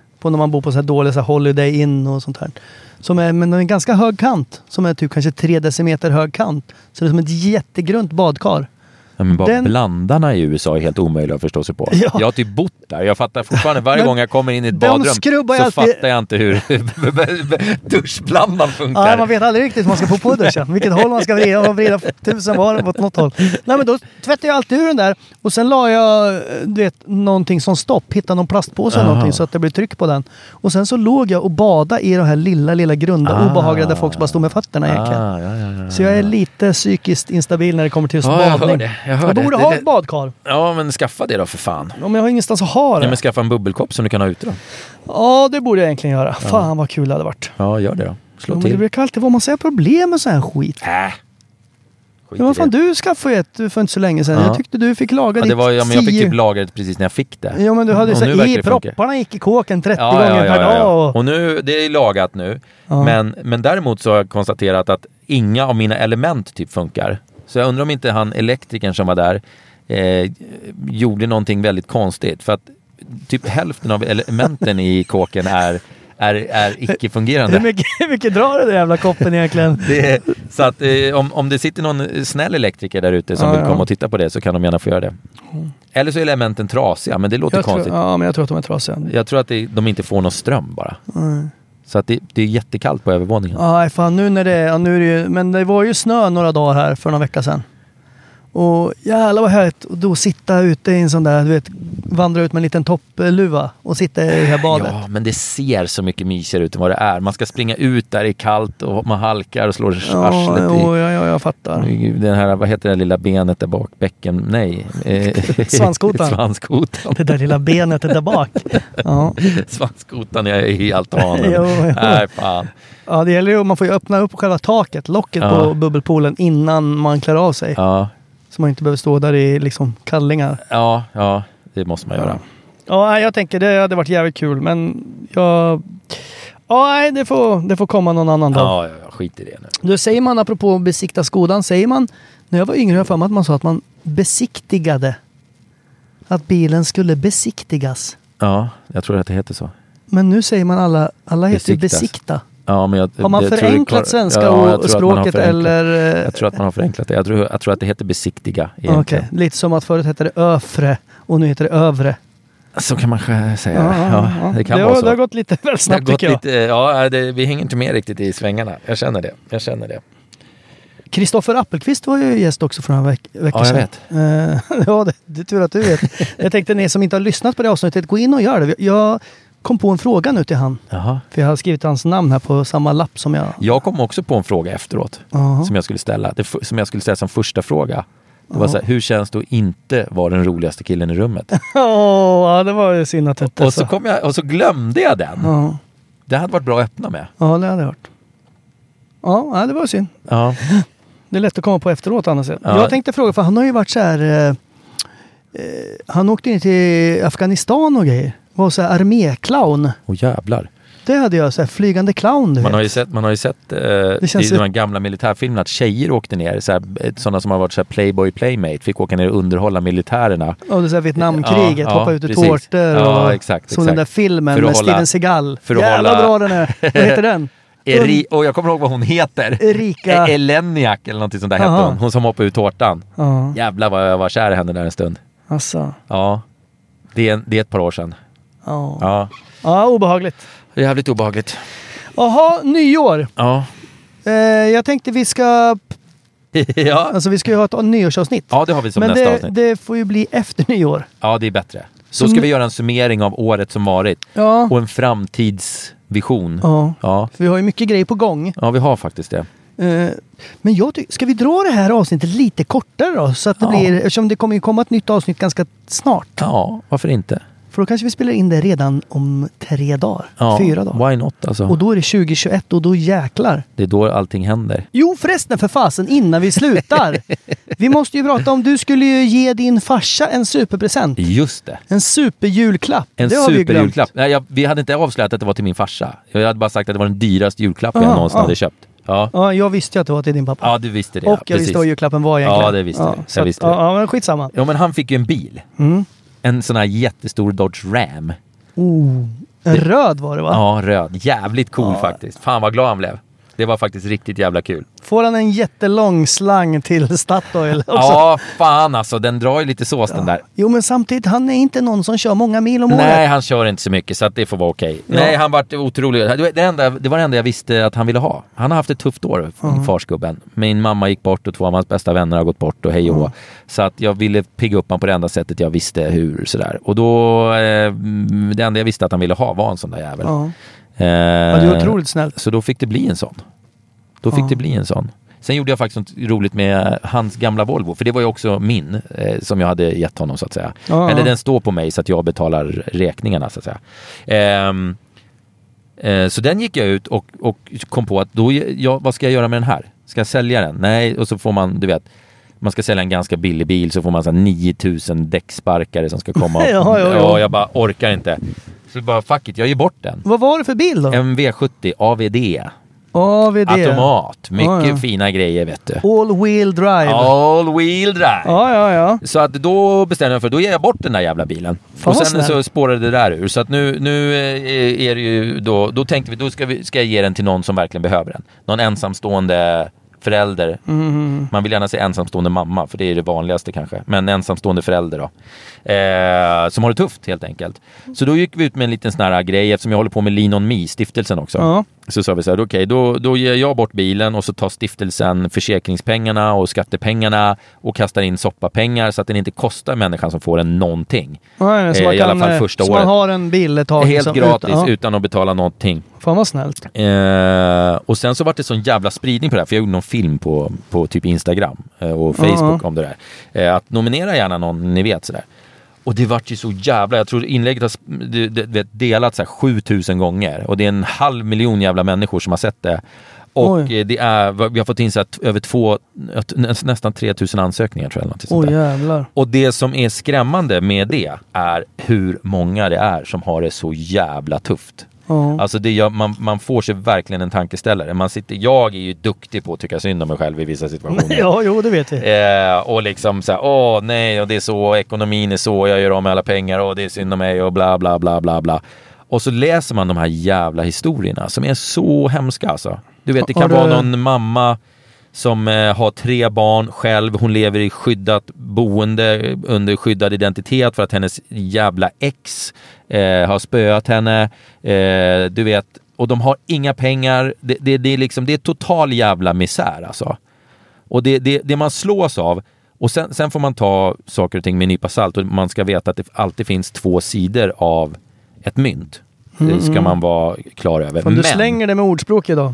A: på när man bor på så här dåliga så här Holiday Inn och sånt här. Som är, men de är ganska hög kant, som är typ kanske tre decimeter hög kant. Så det är som ett jättegrunt badkar.
B: Ja, men bara
A: Den-
B: blandarna i USA är helt omöjliga att förstå sig på.
A: Ja.
B: Jag har typ bott där. Jag fattar fortfarande varje
A: Men
B: gång jag kommer in i ett
A: de
B: badrum så
A: skrubbar ju alltid-
B: fattar jag inte hur duschblandaren funkar.
A: Ja, man vet aldrig riktigt hur man ska få på duschen. Vilket håll man ska vrida. Om Man vrider tusen var åt något håll. Nej, men då tvättade jag alltid ur den där. Och sen la jag eh, du vet, någonting som stopp. Hittade någon plastpåse eller någonting så att det blev tryck på den. Och sen så låg jag och badade i de här lilla, lilla grunda obehagliga där folk bara stod med fötterna egentligen.
B: Ah, ja, ja, ja.
A: Så jag är lite psykiskt instabil när det kommer till just
B: Ja, jag hör
A: badning.
B: det. Jag hör det.
A: borde
B: Det-
A: ha
B: det-
A: ett badkar.
B: ja, men skaffa det då för fan.
A: Om jag har ingenstans att ha det.
B: Ja,
A: Ja,
B: men skaffa en bubbelkopp som du kan ha ute då.
A: det borde jag egentligen göra. Fan vad kul det hade varit.
B: Ja, gör det då. Slå
A: Ja, men
B: till.
A: det brukar alltid vara en massa problem med sån här skit.
B: Äh. Skit
A: Ja,
B: i
A: vad fan,
B: det.
A: du skaffade ju ett för inte så länge sedan.
B: Ja.
A: Jag tyckte du fick laga
B: Ja, det
A: ditt
B: var, ja, men jag fick
A: tio-
B: typ lagret precis när jag fick det.
A: Ja, men du hade ju
B: Och
A: så
B: nu
A: här,
B: verkar
A: i
B: det funka.
A: propparna gick i kåken 30
B: Ja,
A: gånger
B: ja, ja,
A: per
B: ja,
A: dag.
B: ja.
A: Och...
B: Och nu, det är lagat nu.
A: Ja.
B: Men, men däremot så har jag konstaterat att inga av mina element typ funkar. Så jag undrar om inte han elektrikern som var där eh, gjorde någonting väldigt konstigt. För att typ hälften av elementen i kåken är, är, är
A: Hur,
B: icke-fungerande.
A: mycket, hur mycket drar den där jävla koppen egentligen?
B: Det är, så att eh, om, om det sitter någon snäll elektriker där ute som
A: Ja,
B: vill
A: ja.
B: komma och titta på det så kan de gärna få göra det. Eller så är elementen trasiga, men det låter
A: Jag tror,
B: konstigt.
A: ja, men jag tror att de är trasiga.
B: Jag tror att det, de inte får någon ström bara. Så att det, det är jättekallt på övervåningen.
A: Ja, nej, fan nu när det är... Ja, nu är det ju, men det var ju snö några dagar här för några vecka sedan. Och jävlar vad härligt och då sitta ute i en sån där, du vet, vandra ut med en liten toppluva och sitta i det här badet.
B: Ja, men det ser så mycket mysigare ut än vad det är. Man ska springa ut där i kallt och man halkar och slår arslet Mm.
A: jo, ja, ja, jag fattar.
B: i den här, vad heter det där lilla benet där bak? Bäcken? Nej. eh,
A: Svanskotan.
B: Svanskotan.
A: Det där lilla benet där bak. Ja,
B: Svanskotan är i altanen.
A: Jo, jo.
B: Nej, fan.
A: ja det gäller ju, man får ju öppna upp själva taket, locket
B: Ja.
A: på bubbelpoolen innan man klär av sig.
B: Ja,
A: Så man inte behöver stå där i liksom kallingar.
B: ja, ja, det måste man göra.
A: Ja, nej, jag tänker det hade varit jävligt kul, men jag... Ja, nej, det får, det får komma någon annan dag.
B: Ja, ja, ja skit i det nu.
A: Då säger man, apropå att besikta Skodan, säger man, när jag var yngre har jag för mig att man sa att man besiktigade. Att bilen skulle besiktigas.
B: Ja, jag tror att det heter så.
A: Men nu säger man alla, alla heter ju
B: Besiktas.
A: besikta.
B: Ja, men jag,
A: Har man
B: det- tror jag
A: förenklat
B: klar-
A: svenska
B: Ja, jag tror att man
A: och
B: har
A: språket
B: förenklat.
A: eller... eh,
B: Jag tror att man har förenklat det. Jag tror, jag tror att det heter besiktiga
A: Okej,
B: egentligen.
A: lite som att förut hette det öfre och nu heter det övre.
B: Så kan man sj- säga. Ja, det kan
A: det,
B: vara
A: har,
B: så.
A: det har gått lite väl
B: Det har
A: snabbt
B: gått
A: tycker jag.
B: lite, ja, det, vi hänger inte med riktigt i svängarna. Jag känner det. Jag känner det.
A: Kristoffer Appelqvist var ju gäst också för några veck- veckor
B: Ja, jag
A: sedan.
B: vet.
A: Eh, ja, det, det är tur att du vet. jag tänkte ni som inte har lyssnat på det avsnittet, gå in och gör det. Jag kom på en fråga nu till han.
B: Jaha.
A: För jag har skrivit hans namn här på samma lapp som jag...
B: Jag kom också på en fråga efteråt
A: Jaha.
B: som jag skulle ställa. Det, f- som jag skulle ställa som första fråga. Det var så här, hur känns det att inte vara den roligaste killen i rummet?
A: Åh, ja, det var ju synd att det inte
B: Och så, kom jag, och så glömde jag den.
A: Ja,
B: Det hade varit bra att öppna med.
A: ja, det hade jag hört. Ja, ja, det var synd.
B: Ja,
A: Det är lätt att komma på efteråt annars.
B: Ja.
A: Jag tänkte fråga, för han har ju varit så här... Eh, eh, han åkte in till Afghanistan och grejer. Var så här arméclown.
B: och jävlar.
A: Det hade jag, så här, flygande clown du
B: Man
A: vet.
B: har ju sett, man har ju sett eh,
A: känns
B: i
A: ju-
B: de här gamla militärfilmerna att tjejer åkte ner, så här, eh, sådana som har varit så här playboy playmate, fick åka ner och underhålla militärerna.
A: Och det är så här Vietnamkriget,
B: Ja, ja,
A: hoppa ut ur
B: precis.
A: tårtor
B: Ja,
A: och
B: exakt,
A: så den
B: exakt.
A: där filmen
B: För att
A: med
B: hålla-
A: Steven Seagal.
B: för att
A: Jävla
B: hålla-
A: bra den är! Vad heter den?
B: Eri, och jag kommer ihåg vad hon heter.
A: Erika.
B: E- Eleniak eller någonting sånt där
A: Aha.
B: hette hon. Hon som hoppade ur tårtan.
A: Ja,
B: Jävlar vad jag var kär i henne där en stund.
A: alltså.
B: Ja, det är, det är ett par år sedan.
A: Ja.
B: Ja,
A: ja, obehagligt.
B: jävligt obehagligt.
A: Jaha, nyår.
B: Ja,
A: Eh, jag tänkte vi ska...
B: ja.
A: Alltså vi ska ju ha ett nyårsavsnitt.
B: ja det har vi som
A: Men
B: nästa
A: det,
B: avsnitt.
A: det får ju bli efter nyår.
B: Ja, det är bättre.
A: Så
B: Då ska
A: nu-
B: vi göra en summering av året som varit
A: Ja.
B: och en framtidsvision.
A: ja.
B: Ja,
A: För vi har ju mycket grejer på gång.
B: ja vi har faktiskt det.
A: Eh, Men jag tycker, ska vi dra det här avsnittet lite kortare då? Så att det
B: Ja.
A: blir, eftersom det kommer ju komma ett nytt avsnitt ganska snart.
B: Ja, varför inte?
A: För då kanske vi spelar in det redan om tre dagar,
B: Ja,
A: fyra dagar.
B: Why not alltså?
A: Och då är det 2021 och då jäklar.
B: Det är då allting händer.
A: Jo förresten för fasen innan vi slutar. vi måste ju prata om, du skulle ju ge din farsa en superpresent.
B: Just det.
A: En superjulklapp.
B: En
A: det har vi ju glömt.
B: superjulklapp. Nej, jag, vi hade inte avslöjat att det var till min farsa. Jag hade bara sagt att det var den dyraste julklappen
A: Ah,
B: jag någonsin
A: ah.
B: hade köpt. Ja.
A: Ja, jag visste ju att det var till din pappa.
B: ja, du visste det.
A: och
B: ja.
A: jag visste vad julklappen var egentligen.
B: Ja, det visste vi.
A: så
B: Jag
A: att-
B: visste det.
A: ja, Mm. ja, men skitsamma.
B: Ja, men han fick ju en bil. En sån här jättestor Dodge Ram.
A: Oh, en röd var det va?
B: Ja, röd. Jävligt cool faktiskt. Fan vad glad han blev. Det var faktiskt riktigt jävla kul.
A: Får han en jättelång slang till Statoil också?
B: Ja, fan alltså. Den drar ju lite sås den där.
A: Jo, men samtidigt, han är inte någon som kör många mil om
B: Nej,
A: året.
B: han kör inte så mycket så att det får vara okej.
A: Ja.
B: Nej, han vart otrolig. Det var det, enda, det var det enda jag visste att han ville ha. Han har haft ett tufft år, farsgubben. Min mamma gick bort och två av hans bästa vänner har gått bort och hej och hå. Så att jag ville pigga upp honom på det enda sättet jag visste hur. Sådär. Och då, eh, mm, det enda jag visste att han ville ha var en sån där jävel.
A: Ja.
B: Eh,
A: Ja, det är otroligt snällt.
B: Så då fick det bli en sån. Då fick det bli en sån. Sen gjorde jag faktiskt något roligt med hans gamla Volvo, för det var ju också min eh, som jag hade gett honom så att säga.
A: Ja, ja.
B: Eller den står på mig så att jag betalar räkningarna så att säga. Ehm, eh, så den gick jag ut och, och kom på att då, ja, vad ska jag göra med den här? Ska jag sälja den? Nej, och så får man, du vet, man ska sälja en ganska billig bil så får man så här 9000 däcksparkare som ska komma. och-
A: Ja, ja, ja.
B: ja, jag bara orkar inte. Så bara fuck it, jag ger bort den.
A: Vad var det för bil då?
B: En V70 AVD.
A: AVD.
B: Automat. Mycket
A: Ja, ja.
B: fina grejer vet du.
A: All wheel drive.
B: All wheel drive.
A: ja, ja. ja.
B: Så att då bestämde jag för då ger jag bort den där jävla bilen.
A: Fan,
B: och
A: vad
B: sen
A: snällt.
B: så spårade det där ur. Så att nu, nu eh, är det ju då, då tänkte vi då ska, vi, ska jag ge den till någon som verkligen behöver den. Någon ensamstående förälder.
A: Mm.
B: Man vill gärna säga ensamstående mamma för det är det vanligaste kanske. Men ensamstående förälder då. Eh, som har det tufft helt enkelt. Så då gick vi ut med en liten sån här grej eftersom jag håller på med Lean on Me, stiftelsen också.
A: Ja.
B: så sa vi så här, okej, då, då ger jag bort bilen och så tar stiftelsen försäkringspengarna och skattepengarna och kastar in soppapengar så att den inte kostar människan som får den någonting.
A: Nej, så
B: Eh,
A: man
B: i alla
A: kan,
B: fall
A: eh,
B: första
A: så
B: året.
A: man har en bil ett tag.
B: Helt
A: liksom,
B: gratis
A: Utan, ja.
B: utan att betala någonting.
A: Fan vad snällt.
B: Eh, och sen så var det sån jävla spridning på det här, för jag gjorde någon film på, på typ Instagram eh, och Facebook
A: Ja.
B: om det där. Eh, att nominera gärna någon ni vet sådär. Och det vart ju så jävla, jag tror inlägget har sp- det, det, det delats så här 7000 gånger och det är en halv miljon jävla människor som har sett det. Och
A: Oj.
B: eh, det är, vi har fått in så här, t- över två, nä- nästan 3000 ansökningar tror jag. Eller något
A: Åh
B: sånt där.
A: jävlar.
B: Och det som är skrämmande med det är hur många det är som har det så jävla tufft.
A: Ja.
B: Alltså det gör, man, man får sig verkligen en tankeställare. Man sitter, jag är ju duktig på att tycka synd om mig själv i vissa situationer.
A: ja, jo det vet vi.
B: Eh, och liksom såhär, åh nej, och det är så, ekonomin är så, jag gör av med alla pengar, och det är synd om mig och bla bla bla bla bla. Och så läser man de här jävla historierna som är så hemska alltså. Du vet, det
A: Har
B: kan
A: du-
B: vara någon mamma som eh, har tre barn själv, hon lever i skyddat boende eh, under skyddad identitet för att hennes jävla ex eh, har spöat henne. Eh, du vet, och de har inga pengar. Det, det, det, är liksom, det är total jävla misär alltså. Och det, det, det man slås av, och sen, sen får man ta saker och ting med en nypa salt och man ska veta att det alltid finns två sidor av ett mynt. Det ska man vara klar över.
A: Fan, Mm, du slänger det med ordspråk idag.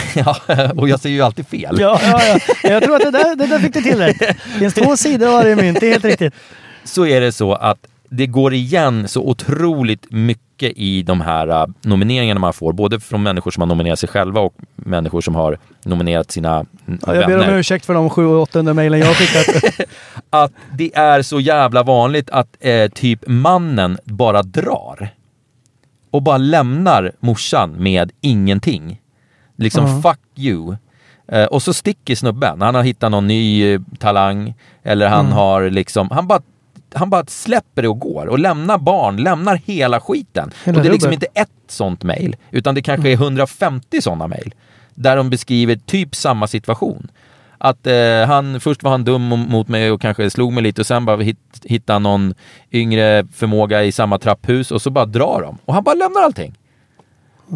B: ja, och jag säger ju alltid fel.
A: Ja, ja, ja. Jag tror att det där, det där fick du till rätt. Det finns två sidor av varje mynt, det är helt riktigt.
B: så är det så att det går igen så otroligt mycket i de här eh, nomineringarna man får, både från människor som har nominerat sig själva och människor som har nominerat sina mm,
A: Ja, jag ber om
B: vänner.
A: ursäkt för de 700-800 mejlen jag skickat.
B: Att det är så jävla vanligt att eh, typ mannen bara drar och bara lämnar morsan med ingenting. Liksom fuck you. Eh, och så sticker snubben. Han har hittat någon ny eh, talang eller han har liksom, han bara han bara släpper det och går och lämnar barn, lämnar hela skiten.
A: Hela
B: och det är liksom
A: rubbet.
B: inte ett sånt mejl, utan det kanske är 150 sådana mejl. Där de beskriver typ samma situation. Att eh, han, först var han dum om- mot mig och kanske slog mig lite och sen bara hit, hittade han någon yngre förmåga i samma trapphus och så bara drar de. Och han bara lämnar allting.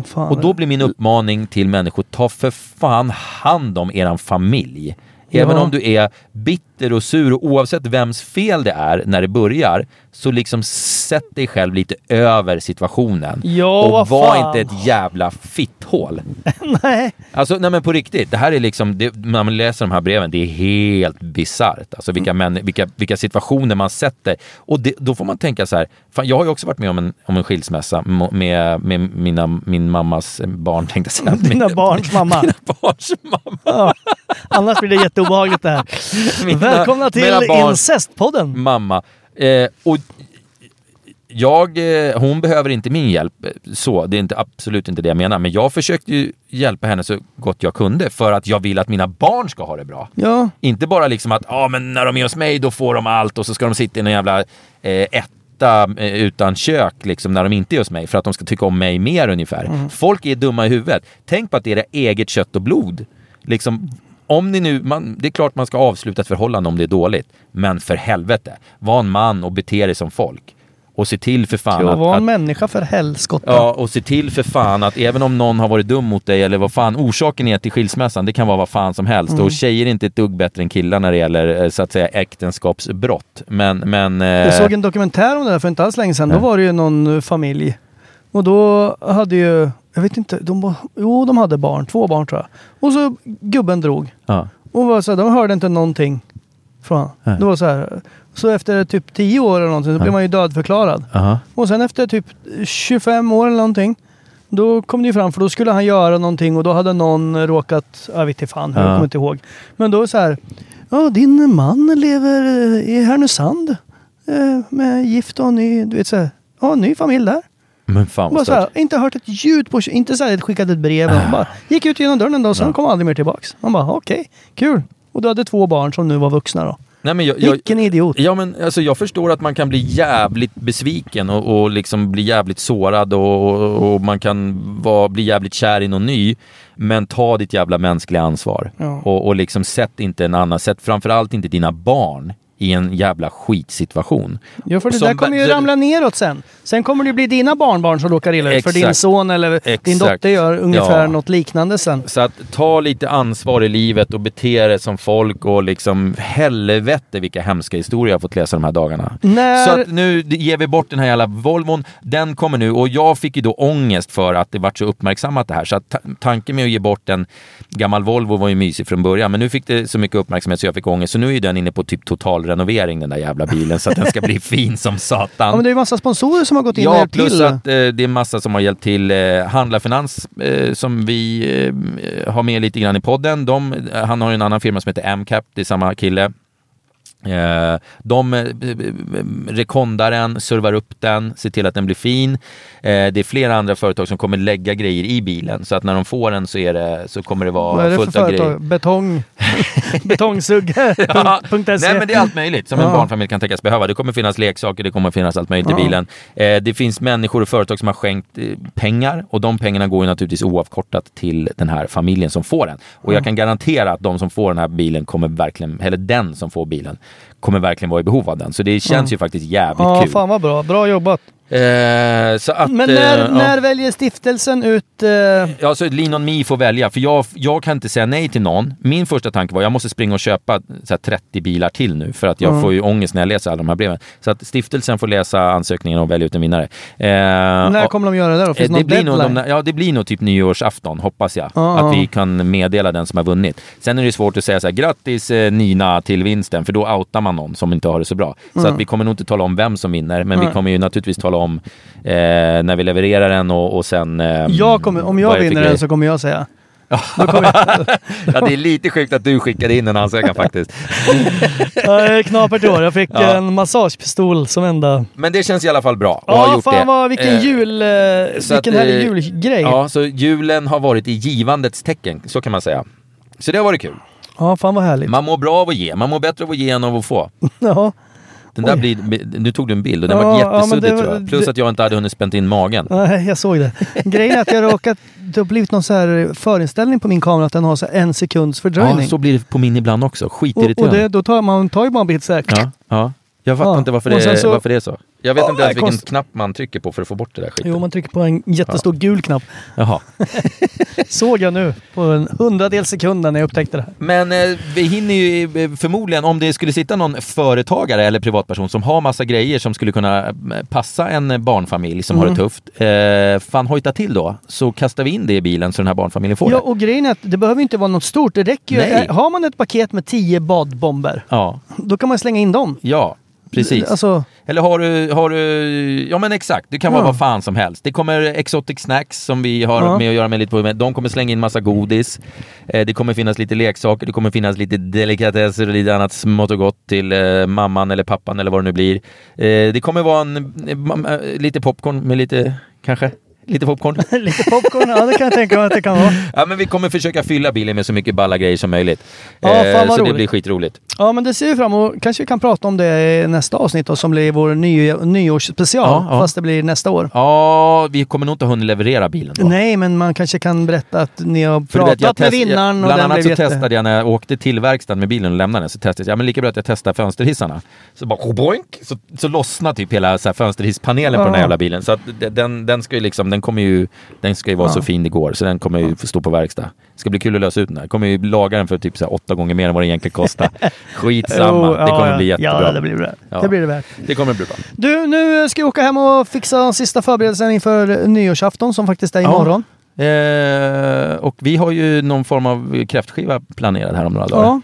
A: Fan,
B: Och då blir min uppmaning till människor, ta för fan hand om eran familj. Även
A: Ja.
B: om du är bitter och sur, och oavsett vems fel det är när det börjar, så liksom sätt dig själv lite över situationen.
A: Ja,
B: och
A: vad
B: var
A: fan.
B: inte ett jävla fitthål.
A: Nej.
B: Alltså, nej men på riktigt, det här är liksom, det, när man läser de här breven, det är helt bisarrt. Alltså vilka, män, vilka, vilka situationer man sätter. Och det, då får man tänka så här, fan, jag har ju också varit med om en, om en skilsmässa mo- med, med mina, min mammas barn, tänkte jag säga.
A: Dina
B: Min-
A: barns mamma.
B: Mina barns mamma.
A: Ja. Annars blir det jätteobehagligt det här.
B: Mina-
A: Välkomna
B: mina
A: till
B: barns
A: incestpodden.
B: mamma. Eh, och jag, eh, hon behöver inte min hjälp, eh, så det är inte, absolut inte det jag menar. Men jag försökte ju hjälpa henne så gott jag kunde för att jag vill att mina barn ska ha det bra.
A: Ja.
B: Inte bara liksom att ah, men när de är hos mig då får de allt och så ska de sitta i någon jävla eh, etta eh, utan kök liksom, när de inte är hos mig för att de ska tycka om mig mer ungefär.
A: Mm.
B: Folk är dumma i huvudet. Tänk på att det är era eget kött och blod. Liksom, om ni nu, man, det är klart man ska avsluta ett förhållande om det är dåligt, men för helvete, var en man och bete dig som folk. Och se till för fan
A: Jag
B: att,
A: var
B: att
A: en människa för helskotta.
B: Ja, och se till för fan att även om någon har varit dum mot dig eller vad fan orsaken är till skilsmässan, det kan vara vad fan som helst.
A: Mm.
B: Och tjejer är inte ett dugg bättre än killar när det gäller eh, så att säga äktenskapsbrott. Men, men... eh,
A: Jag såg en dokumentär om det där för inte alls länge sedan. Då var det ju någon eh, familj. Och då hade ju, jag vet inte, de, var- jo de hade barn, två barn tror jag. Och så gubben drog.
B: ja.
A: Och var så här, de hörde inte någonting från honom. Det var så här. Så efter typ 10 år eller någonting så blev man ju dödförklarad.
B: Aha.
A: Och sen efter typ 25 år eller någonting. Då kom det ju fram för då skulle han göra någonting och då hade någon råkat, jag vet inte fan, jag
B: Ja.
A: kommer inte ihåg. Men då så här, ja din man lever eh, i Härnösand eh, med gift och ny, du vet så här, ja ny familj där.
B: Men fan
A: Bara
B: vad
A: så här,
B: stört.
A: inte hört ett ljud på, inte så här, skickat ett brev. Han
B: Ah.
A: bara gick ut genom dörren en dag och sen kom han aldrig mer tillbaks. Man bara okej, kul. Och du hade två barn som nu var vuxna då.
B: Nej, men jag,
A: Vilken idiot.
B: Ja, men alltså, jag förstår att man kan bli jävligt besviken och, och liksom bli jävligt sårad och, och, och man kan vara, bli jävligt kär i någon ny. Men ta ditt jävla mänskliga ansvar.
A: Ja.
B: Och, och liksom sätt inte en annan, sätt framförallt inte dina barn i en jävla skitsituation.
A: Jo, för det
B: Som
A: där kommer ju
B: ba-
A: ramla neråkar sen. Sen kommer det ju bli dina barnbarn som råkar illa ut. För din
B: Exakt.
A: son eller din
B: Exakt.
A: dotter gör ungefär
B: Ja.
A: något liknande sen.
B: Så att ta lite ansvar i livet och bete dig som folk och liksom helvete vilka hemska historier jag har fått läsa de här dagarna.
A: När-
B: Så att nu ger vi bort den här jävla Volvon. Den kommer nu och jag fick ju då ångest för att det vart så uppmärksammat det här. Så att ta- tanken med att ge bort en gammal Volvo var ju mysig från början men nu fick det så mycket uppmärksamhet så jag fick ångest. Så nu är ju den inne på typ totalrenovering den där jävla bilen så att den ska bli fin som satan.
A: Ja, men det är ju massa sponsorer som har gått in och
B: Ja,
A: hjälpt
B: plus
A: till.
B: att eh, det är massa som har hjälpt till. Eh, Handlarfinans eh, som vi eh, har med lite grann i podden. De, eh, han har ju en annan firma som heter MCAP, det är samma kille. Eh, de eh, b- b- b- rekondar den, servar upp den, ser till att den blir fin. Eh, det är flera andra företag som kommer lägga grejer i bilen så att när de får den så, är det, så kommer det
A: Vad är
B: vara
A: det för
B: fullt av grejer.
A: företag? Betong? Betongsugga?
B: Ja,
A: punkt E. .se.
B: Nej men det är allt möjligt som en
A: Ja.
B: barnfamilj kan tänkas behöva. Det kommer finnas leksaker, det kommer finnas allt möjligt
A: Ja.
B: i bilen. Eh, det finns människor och företag som har skänkt eh, pengar och de pengarna går ju naturligtvis oavkortat till den här familjen som får den. Och jag kan garantera att de som får den här bilen kommer verkligen, eller den som får bilen, kommer verkligen vara i behov av den. Så det känns ju faktiskt jävligt
A: Ja,
B: kul.
A: fan vad bra. Bra jobbat.
B: Eh, så att,
A: Men när,
B: eh, ja.
A: när väljer stiftelsen ut... eh,
B: Ja, så Lean on me får välja. För jag, jag kan inte säga nej till någon. Min första tanke var jag måste springa och köpa så här, 30 bilar till nu för att jag
A: Mm.
B: får ju ångest när jag läser alla de här breven. Så att stiftelsen får läsa ansökningarna och välja ut en vinnare. Eh,
A: när
B: och-
A: kommer de göra det då? Finns
B: eh,
A: det
B: det
A: någon
B: blir nog
A: deadline?
B: de, Ja, det blir nog typ nyårsafton, hoppas jag.
A: Ja,
B: att
A: ja.
B: vi kan meddela den som har vunnit. Sen är det svårt att säga så här, grattis eh, Nina till vinsten, för då outar man någon som inte har det så bra. Så
A: Mm.
B: att vi kommer nog inte tala om vem som vinner, men vi kommer ju naturligtvis tala om eh, när vi levererar den och, och sen... Eh,
A: Jag kommer, om
B: vad
A: jag
B: är det för
A: vinner
B: grejer.
A: den så kommer jag säga. Då kommer jag,
B: Ja, det är lite sjukt att du skickade in en ansökan faktiskt.
A: jag är knapert i år. Jag fick
B: Ja.
A: en massagepistol som enda...
B: Men det känns i alla fall bra. att ha
A: Ja,
B: gjort
A: fan
B: det.
A: vad, vilken
B: Eh,
A: jul... eh,
B: så att,
A: vilken härlig
B: eh,
A: julgrej. Ja.
B: Ja, så julen har varit i givandets tecken, så kan man säga. Så det har varit kul.
A: fan vad härligt.
B: Man mår bra av att ge, man mår bättre av att ge än av att få.
A: Ja.
B: Den där blir, nu tog du en bild och den
A: Ja,
B: var
A: ja, men
B: jättesuddig
A: det var-
B: tror jag. Plus
A: det-
B: att jag inte hade hunnit spänt in magen.
A: Nej, jag såg det. Grejen är att jag råkat... Det har blivit någon så här förinställning på min kamera att den har så här en sekunds
B: Ja,
A: fördröjning.
B: så blir det på min ibland också.
A: och och
B: Skitirriterande.
A: det, då tar man tar ju bara en bild så här.
B: ja, ja. Jag fattar
A: Ja,
B: inte varför
A: och sen
B: det,
A: så-
B: varför det är så. Jag vet
A: Ja,
B: inte ens
A: det är
B: vilken
A: konst-
B: knapp man trycker på för att få bort det där skiten.
A: Jo, man trycker på en jättestor gul knapp.
B: Jaha.
A: Såg jag nu på en hundradels sekund när jag upptäckte det här.
B: Men eh, vi hinner ju eh, förmodligen, om det skulle sitta någon företagare eller privatperson som har massa grejer som skulle kunna eh, passa en barnfamilj som
A: Mm.
B: har det tufft, eh, fan hojta till då, så kastar vi in det i bilen så den här barnfamiljen får
A: Ja,
B: det.
A: och grejen är att det behöver inte vara något stort. Det räcker ju. Äh,
B: Nej.
A: Har man ett paket med tio badbomber,
B: Ja,
A: då kan man slänga in dem.
B: ja, precis.
A: Alltså,
B: Eller har du, har du, ja men exakt, det kan vara
A: Ja.
B: vad fan som helst. Det kommer Exotic Snacks som vi har
A: Ja.
B: med att göra med lite på, men de kommer slänga in massa godis. Eh, det kommer finnas lite leksaker, det kommer finnas lite delikatesser och lite annat smått och gott till eh, mamman eller pappan eller vad det nu blir. Eh, det kommer vara en, eh, mam- eh, lite popcorn med lite, kanske, lite popcorn.
A: lite popcorn, ja det kan jag tänka mig att det kan vara.
B: ja men vi kommer försöka fylla bilen med så mycket balla grejer som möjligt. Eh,
A: Ja, fan vad
B: så det
A: roligt.
B: blir skitroligt.
A: Ja men det ser vi fram emot. Kanske vi kan prata om det i nästa avsnitt då, som blir vår ny, nyårsspecial.
B: Ja, ja.
A: Fast det blir nästa år.
B: Ja, vi kommer nog inte ha hunnit leverera bilen då.
A: Nej men man kanske kan berätta att ni har
B: För du
A: pratat
B: vet, jag
A: med
B: test- jag-
A: vinnaren och
B: Bland
A: den
B: annat
A: blev
B: så
A: jätte-
B: testade jag när jag åkte till verkstaden med bilen och lämnade den. Så testade jag, ja men lika bra att jag testar fönsterhissarna. Så bara boink, så, så lossnar typ hela så här, fönsterhisspanelen på den här
A: Ja.
B: jävla bilen. Så att d- den, den ska ju liksom, den kommer ju, den ska ju vara så fin det går. Så den kommer ju få stå på verkstad. Det ska bli kul att lösa ut den här. Kommer ju laga den för typ så här, åtta gånger mer än vad det egentligen kostar. Skitsamma,
A: Jo,
B: det kommer bli
A: ja,
B: jättebra.
A: Ja, det blir bra.
B: Ja.
A: Det blir det värt.
B: Det kommer bli bra.
A: Du, nu ska jag åka hem och fixa de sista förberedelserna inför nyårsafton som faktiskt är imorgon.
B: Eh, och vi har ju någon form av kräftskiva planerad här om några dagar.
A: Ja.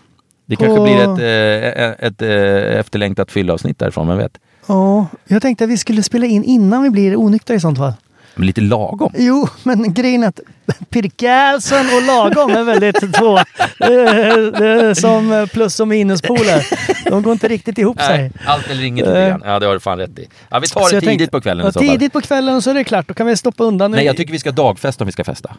B: Det kanske
A: Och-
B: blir ett, eh, ett eh, efterlängtat fyllavsnitt därifrån, vem vet?
A: ja, jag tänkte att vi skulle spela in innan vi blir onyktra i sånt fall.
B: Men lite lagom.
A: Jo, men grejen är att Pirkalsen och lagom är väldigt två eh, eh, som plus och minuspoler. De går inte riktigt ihop sig.
B: allt eller inget lite grann. Ja, det har du fan rätt i. Ja, vi
A: Så
B: tar det
A: Eh. Alltså, jag
B: tidigt
A: tänkte-
B: på kvällen
A: ja,
B: i så fall.
A: Tidigt på kvällen så är det klart. Då kan vi stoppa undan.
B: Nej, jag tycker vi ska dagfesta om vi ska festa.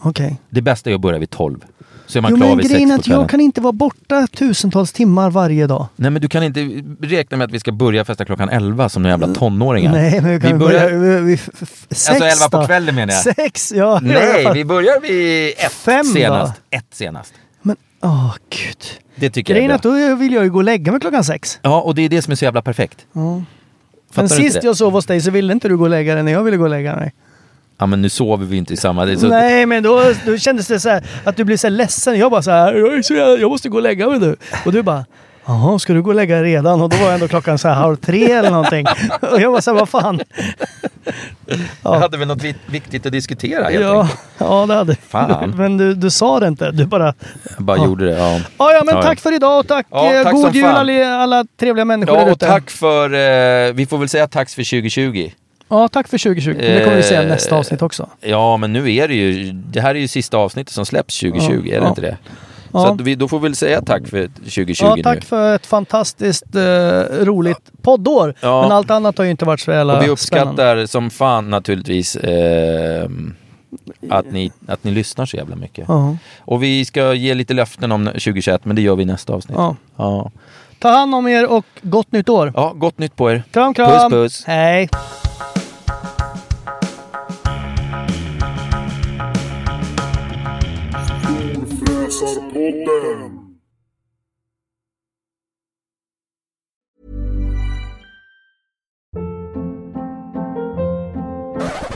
A: Okej.
B: Det bästa är att börja vid 12. Så är man
A: Jo,
B: klar
A: men
B: vid
A: grejen
B: 6
A: är
B: på
A: att
B: kvällen.
A: jag kan inte vara borta tusentals timmar varje dag.
B: Nej, men du kan inte räkna med att vi ska börja festa klockan 11 som några jävla tonåringar.
A: Nej, men vi kan
B: vi
A: vi
B: börjar...
A: börja vid- vid f- f- sex
B: Alltså 11 på
A: då.
B: kvällen menar jag.
A: Sex, ja.
B: Nej, vi börjar vid ett
A: Fem då?
B: senast. Ett senast.
A: Men Åh, gud.
B: Det tycker jag
A: Grejen
B: är
A: är
B: bra.
A: att då vill jag ju gå och lägga mig klockan sex.
B: Ja, och det är det som är så jävla perfekt. Fattar
A: Men
B: du inte
A: sist
B: det?
A: jag sov hos dig så ville inte du gå och lägga dig när jag ville gå och lägga mig.
B: Ja, men nu sover vi inte i samma... det är Så...
A: Nej, men då, då kändes det så här att du blev så här ledsen. Jag bara så här, jag, är så jävla- jag måste gå och lägga mig nu. Och du bara, jaha, ska du gå och lägga dig redan? Och då var ändå klockan så här halv tre eller någonting. Och jag var så här, vad fan?
B: Jag hade väl något vit- viktigt att diskutera helt
A: Ja,
B: enkelt.
A: ja det hade
B: Fan.
A: Men du, du sa det inte. Du bara,
B: Jag bara gjorde det. Ja.
A: ja, ja men tack för idag och tack.
B: Ja,
A: eh,
B: tack som
A: God jul
B: fan.
A: alla, alla trevliga människor där
B: Ja, och
A: ute.
B: tack för... Eh, vi får väl säga tack för 2020.
A: Ja, tack för 2020. Men Det kommer vi säga i
B: Eh,
A: nästa avsnitt också.
B: Ja, men nu är det ju... Det här är ju sista avsnittet som släpps 2020, är det
A: ja.
B: inte det?
A: Ja.
B: Så att vi, då får vi väl säga tack för 2020
A: Ja,
B: nu.
A: tack för ett fantastiskt eh, roligt poddår.
B: Ja.
A: Men allt annat har ju inte varit så jävla
B: Och vi
A: spännande.
B: uppskattar som fan naturligtvis eh, att, ni, att ni lyssnar så jävla mycket.
A: Ja.
B: Och vi ska ge lite löften om 2021, men det gör vi i nästa avsnitt.
A: Ja.
B: Ja.
A: Ta hand om er och gott nytt år.
B: Ja, gott nytt på er.
A: Kram, kram.
B: Puss, puss.
A: Hej.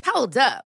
C: Hold up.